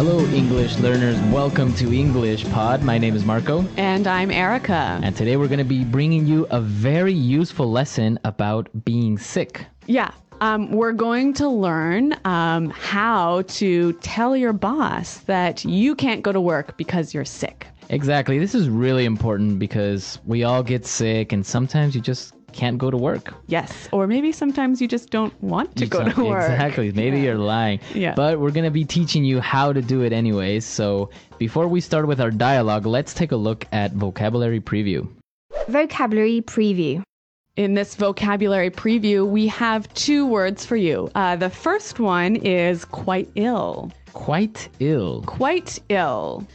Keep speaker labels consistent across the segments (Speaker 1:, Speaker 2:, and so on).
Speaker 1: Hello, English learners. Welcome to English Pod. My name is Marco,
Speaker 2: And I'm Erica.
Speaker 1: and today we're going to be bringing you a very useful lesson about being sick.
Speaker 2: Yeah. Um, we're going to learn um, how to tell your boss that you can't go to work because you're sick.
Speaker 1: Exactly. This is really important because we all get sick, and sometimes you just can't go to work.
Speaker 2: Yes. Or maybe sometimes you just don't want to go to
Speaker 1: Exactly.
Speaker 2: work.
Speaker 1: Exactly. Maybe you're lying.
Speaker 2: Yeah.
Speaker 1: But we're going to be teaching you how to do it anyways. So before we start with our dialogue, let's take a look at vocabulary preview.
Speaker 3: Vocabulary preview.
Speaker 2: In this vocabulary preview, we have two words for you. Uh, the first one is quite ill.
Speaker 1: Quite ill.
Speaker 2: Quite ill.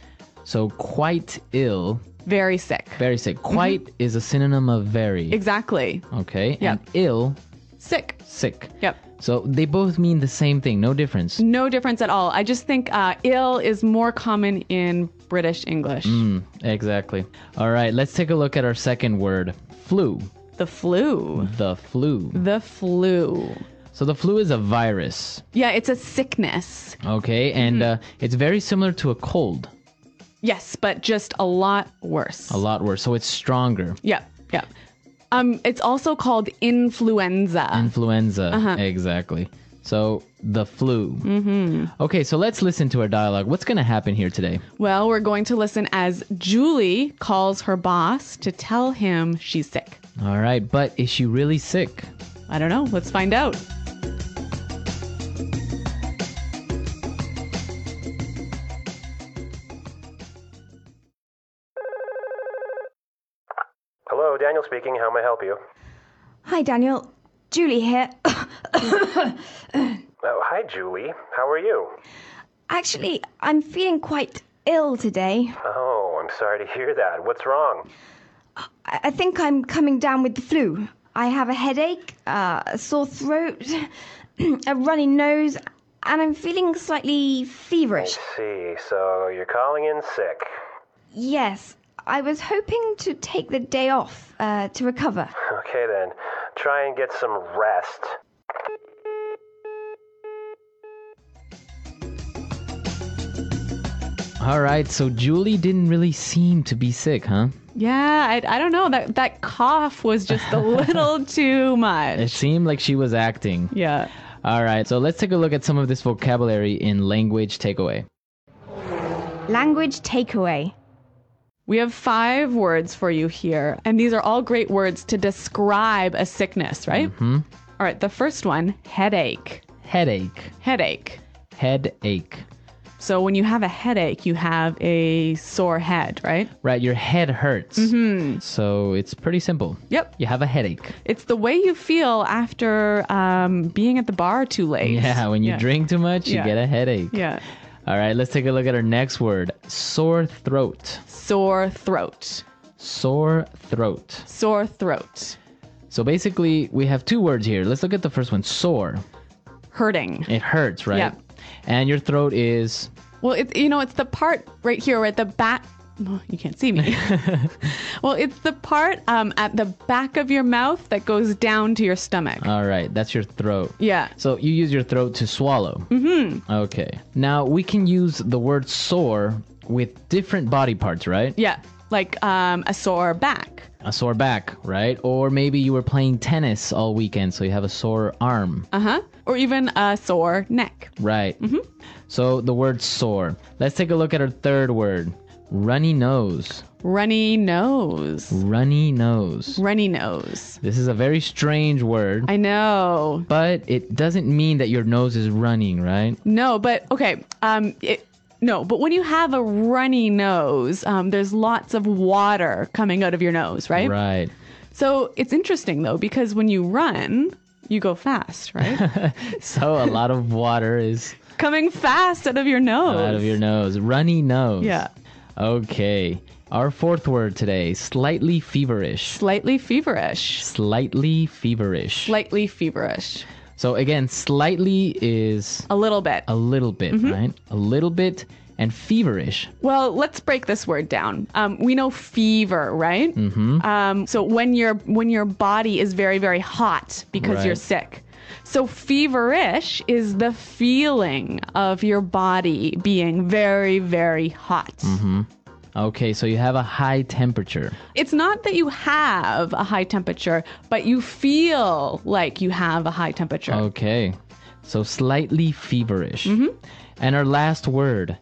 Speaker 1: So quite ill,
Speaker 2: Very sick.
Speaker 1: very sick. Quite is a synonym of very.
Speaker 2: Exactly.
Speaker 1: Okay.
Speaker 2: Yeah.
Speaker 1: And ill,
Speaker 2: Sick.
Speaker 1: sick.
Speaker 2: Yep.
Speaker 1: So they both mean the same thing, no difference.
Speaker 2: No difference at all. I just think uh, ill is more common in British English.
Speaker 1: Mm, exactly. All right, let's take a look at our second word flu.
Speaker 2: The flu.
Speaker 1: The flu.
Speaker 2: The flu.
Speaker 1: So the flu is a virus,
Speaker 2: Yeah, it's a sickness.
Speaker 1: okay? And uh, it's very similar to a cold,
Speaker 2: Yes, but just a lot worse.
Speaker 1: a lot worse. So it's stronger.
Speaker 2: Yep, yep. Um, it's also called influenza.
Speaker 1: Influenza, exactly. So the flu.
Speaker 2: Mm.
Speaker 1: Mm-hmm. Okay, so let's listen to our dialogue. What's going to happen here today?
Speaker 2: well, we're going to listen as Julie calls her boss to tell him she's sick.
Speaker 1: All right, but is she really sick?
Speaker 2: I don't know. Let's find out.
Speaker 4: Hello, Daniel speaking. How may I help you?
Speaker 3: Hi, Daniel. Julie here.
Speaker 4: Oh, hi, Julie. How are you?
Speaker 3: Actually, I'm feeling quite ill today.
Speaker 4: Oh, I'm sorry to hear that. What's wrong?
Speaker 3: I, I think I'm coming down with the flu. I have a headache, uh, a sore throat, a runny nose, and I'm feeling slightly feverish.
Speaker 4: See, so you're calling in sick.
Speaker 3: Yes, I was hoping to take the day off uh, to recover.
Speaker 4: Okay, then. Try and get some rest.
Speaker 1: All right, so Julie didn't really seem to be sick, huh?
Speaker 2: Yeah, I, I don't know. That that cough was just a little too
Speaker 1: It
Speaker 2: much.
Speaker 1: seemed like she was acting.
Speaker 2: Yeah.
Speaker 1: All right, so let's take a look at some of this vocabulary in language takeaway.
Speaker 3: Language takeaway.
Speaker 2: We have five words for you here, and these are all great words to describe a sickness, right? Mm-hmm. right, the first one headache.
Speaker 1: Headache,
Speaker 2: Headache.
Speaker 1: headache.
Speaker 2: So when you have a headache, you have a sore head, right?
Speaker 1: Right, your head hurts.
Speaker 2: Mm-hmm.
Speaker 1: So it's pretty simple.
Speaker 2: Yep.
Speaker 1: You have a headache.
Speaker 2: It's the way you feel after um, being at the bar too late.
Speaker 1: Yeah, when you drink too much, you
Speaker 2: Yeah.
Speaker 1: get a headache.
Speaker 2: Yeah.
Speaker 1: All right, let's take a look at our next word sore throat.
Speaker 2: Sore throat.
Speaker 1: Sore throat.
Speaker 2: Sore throat.
Speaker 1: So basically, we have two words here. Let's look at the first one sore.
Speaker 2: Hurting.
Speaker 1: It hurts, right?
Speaker 2: Yeah.
Speaker 1: And your throat is
Speaker 2: Well, it's you know, it's the part right here where at the back. Oh, you can't see me. well, it's the part um, at the back of your mouth that goes down to your stomach.
Speaker 1: All right, that's your throat.
Speaker 2: yeah.
Speaker 1: So you use your throat to swallow. Mm-hmm. Okay. Now we can use the word sore with different body parts, right?
Speaker 2: Yeah. Like um, a sore back.
Speaker 1: A sore back, right? Or maybe you were playing tennis all weekend, so you have a sore arm,
Speaker 2: Uh huh. Or even a sore neck.
Speaker 1: right? Mm-hmm. So the word sore. Let's take a look at our third word runny nose.
Speaker 2: Runny nose.
Speaker 1: Runny nose.
Speaker 2: Runny nose.
Speaker 1: This is a very strange word,
Speaker 2: I know.
Speaker 1: but it doesn't mean that your nose is running, right?
Speaker 2: No, but okay. Um, it, no, but when you have a runny nose, um, there's lots of water coming out of your nose, right?
Speaker 1: Right.
Speaker 2: So it's interesting though, because when you run, you go fast, right?
Speaker 1: So a lot of water is
Speaker 2: Coming fast out of your nose.
Speaker 1: out of your nose. Runny nose.
Speaker 2: Yeah.
Speaker 1: Okay. Our fourth word today slightly feverish.
Speaker 2: Slightly feverish.
Speaker 1: Slightly feverish.
Speaker 2: Slightly feverish.
Speaker 1: so, again, slightly is
Speaker 2: A little bit.
Speaker 1: a little bit,
Speaker 2: Mm-hmm.
Speaker 1: right? A little bit. And feverish.
Speaker 2: Well, let's break this word down. Um, we know fever, right? Mm-hmm. Um, so when your when your body is very very hot because
Speaker 1: Right.
Speaker 2: you're sick. So, feverish is the feeling of your body being very, very hot.
Speaker 1: Mm-hmm. Okay, so you have a high temperature.
Speaker 2: It's not that you have a high temperature, but you feel like you have a high temperature.
Speaker 1: Okay. So slightly feverish.
Speaker 2: Mm-hmm.
Speaker 1: And our last word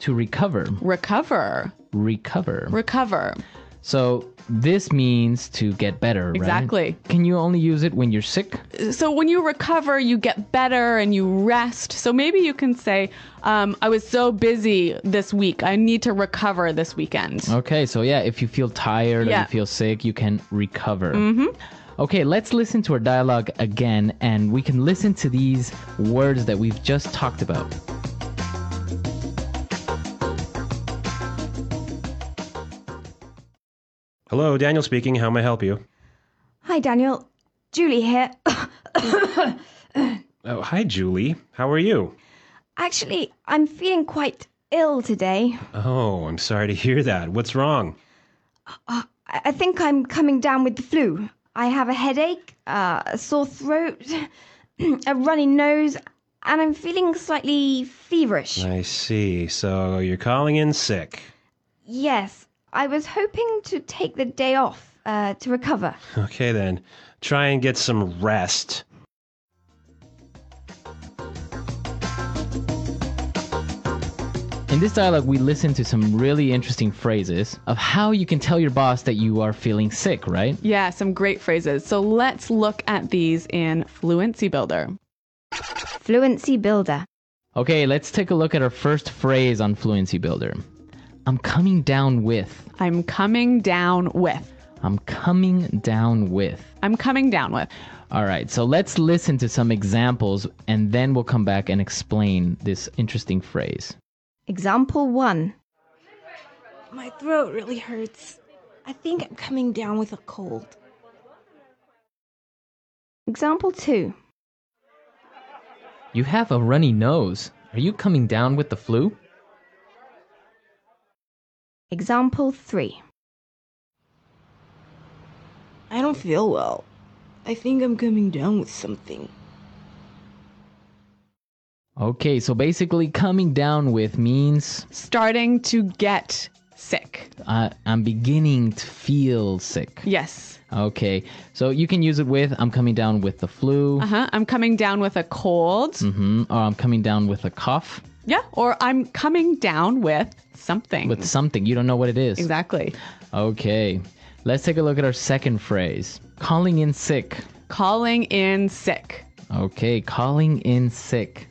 Speaker 1: to recover.
Speaker 2: Recover.
Speaker 1: Recover.
Speaker 2: Recover.
Speaker 1: so this means to get better, right?
Speaker 2: Exactly.
Speaker 1: Can you only use it when you're sick?
Speaker 2: so when you recover, you get better and you rest. So maybe you can say, um, I was so busy this week. I need to recover this weekend.
Speaker 1: Okay, so yeah, if you feel tired or
Speaker 2: Yeah.
Speaker 1: you feel sick, you can recover. Okay, let's listen to our dialogue again and we can listen to these words that we've just talked about.
Speaker 4: Hello, Daniel speaking. How may I help you?
Speaker 3: Hi, Daniel. Julie here.
Speaker 4: Oh, hi, Julie. How are you?
Speaker 3: Actually, I'm feeling quite ill today.
Speaker 4: Oh, I'm sorry to hear that. What's wrong?
Speaker 3: I I think I'm coming down with the flu. I have a headache, uh, a sore throat, a runny nose, and I'm feeling slightly feverish.
Speaker 4: I see. So you're calling in sick.
Speaker 3: Yes, I was hoping to take the day off uh, to recover.
Speaker 4: Okay, then. Try and get some rest.
Speaker 1: In this dialogue, we listen to some really interesting phrases of how you can tell your boss that you are feeling sick, right?
Speaker 2: Yeah, some great phrases. So let's look at these in Fluency Builder.
Speaker 3: Fluency builder.
Speaker 1: Okay, let's take a look at our first phrase on Fluency Builder. I'm coming down with.
Speaker 2: I'm coming down with.
Speaker 1: I'm coming down with.
Speaker 2: I'm coming down with.
Speaker 1: All right, so let's listen to some examples and then we'll come back and explain this interesting phrase.
Speaker 3: Example one.
Speaker 5: My throat really hurts. I think I'm coming down with a cold.
Speaker 3: Example two.
Speaker 1: You have a runny nose. Are you coming down with the flu?
Speaker 3: Example three.
Speaker 5: I don't feel well. I think I'm coming down with something.
Speaker 1: Okay, so basically, coming down with means
Speaker 2: Starting to get sick.
Speaker 1: I, I'm beginning to feel sick.
Speaker 2: Yes.
Speaker 1: Okay, so you can use it with I'm coming down with the flu,
Speaker 2: Uh huh. I'm coming down with a cold.
Speaker 1: hmm or I'm coming down with a cough,
Speaker 2: Yeah. Or I'm coming down with something.
Speaker 1: with something. You don't know what it is.
Speaker 2: exactly.
Speaker 1: Okay, let's take a look at our second phrase calling in sick.
Speaker 2: Calling in sick.
Speaker 1: Okay, calling in sick.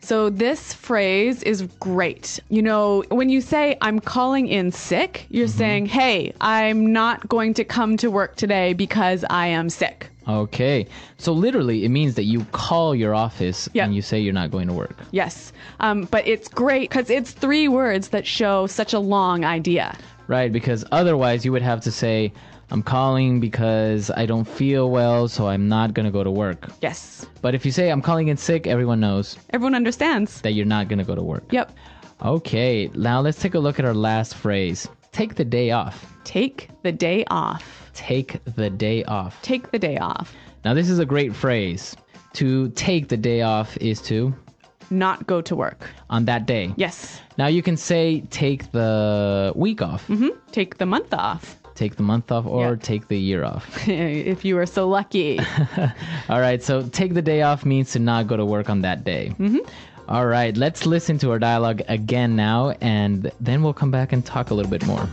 Speaker 2: So this phrase is great. You know, when you say I'm calling in sick, you're saying, "Hey, I'm not going to come to work today because I am sick."
Speaker 1: Okay, so literally, it means that you call your office
Speaker 2: Yeah.
Speaker 1: and you say you're not going to work.
Speaker 2: Yes. Um, but it's great cuz it's three words that show such a long idea.
Speaker 1: Right, because otherwise you would have to say, I'm calling because I don't feel well, so I'm not going to go to work.
Speaker 2: Yes.
Speaker 1: But if you say, I'm calling in sick, everyone knows
Speaker 2: Everyone understands.
Speaker 1: that you're not going to go to work.
Speaker 2: Yep.
Speaker 1: Okay, now let's take a look at our last phrase take the day off.
Speaker 2: Take the day off.
Speaker 1: Take the day off.
Speaker 2: Take the day off.
Speaker 1: Now, this is a great phrase. To take the day off is to
Speaker 2: Not go to work.
Speaker 1: on that day.
Speaker 2: Yes.
Speaker 1: Now, you can say take the week off,
Speaker 2: Hmm? Take the month off
Speaker 1: take the month off, or
Speaker 2: Yeah.
Speaker 1: take the year off.
Speaker 2: if you are so lucky.
Speaker 1: All right, so take the day off means to not go to work on that day. Mm-hmm. All right, let's listen to our dialogue again now, and then we'll come back and talk a little bit more.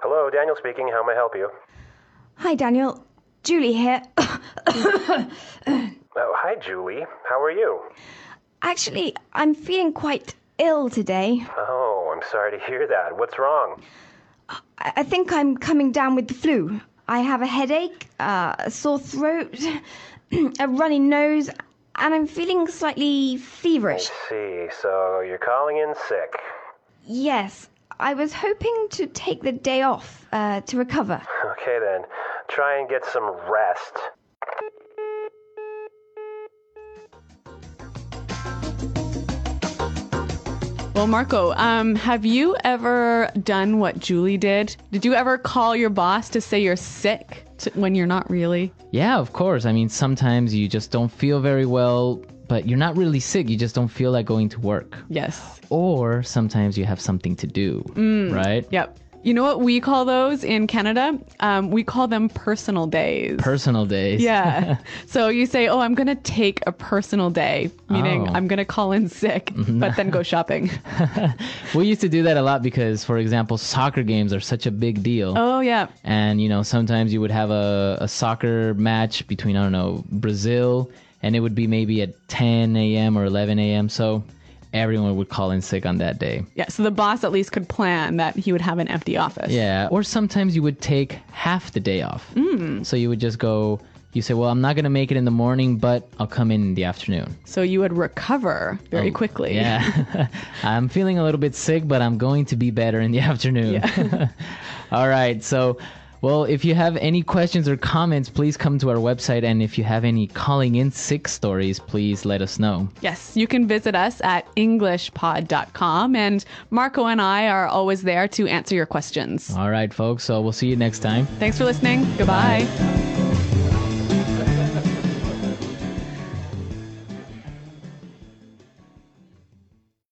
Speaker 4: Hello, Daniel speaking. How may I help you?
Speaker 3: Hi, Daniel. Julie here.
Speaker 4: Oh, hi, Julie. How are you?
Speaker 3: Actually, I'm feeling quite ill today.
Speaker 4: Oh, I'm sorry to hear that. What's wrong?
Speaker 3: I I think I'm coming down with the flu. I have a headache, uh, a sore throat, a runny nose, and I'm feeling slightly feverish.
Speaker 4: See, so you're calling in sick.
Speaker 3: Yes, I was hoping to take the day off uh, to recover.
Speaker 4: Okay, then. Try and get some rest.
Speaker 2: Well, Marco, um, have you ever done what Julie did? Did you ever call your boss to say you're sick to, when you're not really?
Speaker 1: Yeah, of course. I mean, sometimes you just don't feel very well, but you're not really sick. You just don't feel like going to work.
Speaker 2: Yes.
Speaker 1: Or sometimes you have something to do,
Speaker 2: Mm.
Speaker 1: right?
Speaker 2: Yep. You know what we call those in Canada? Um, we call them personal days.
Speaker 1: Personal days.
Speaker 2: yeah. So you say, "Oh, I'm going to take a personal day," meaning
Speaker 1: Oh.
Speaker 2: I'm going to call in sick, but then go shopping.
Speaker 1: We used to do that a lot because, for example, soccer games are such a big deal.
Speaker 2: oh yeah.
Speaker 1: And, you know, sometimes you would have a, a soccer match between, I don't know, Brazil, and it would be maybe at 10 a.m. or 11 a.m. So everyone would call in sick on that day.
Speaker 2: Yeah, so the boss at least could plan that he would have an empty office.
Speaker 1: Yeah, or sometimes you would take half the day off. Mm. So you would just go, you say, Well, I'm not going to make it in the morning, but I'll come in in the afternoon.
Speaker 2: So you would recover very quickly.
Speaker 1: Oh, Yeah. I'm feeling a little bit sick, but I'm going to be better in the afternoon. All right. So, well, if you have any questions or comments, please come to our website. And if you have any calling in sick stories, please let us know.
Speaker 2: Yes, you can visit us at englishpod.com and Marco and I are always there to answer your questions.
Speaker 1: All right, folks. So we'll see you next time.
Speaker 2: Thanks for listening. Goodbye.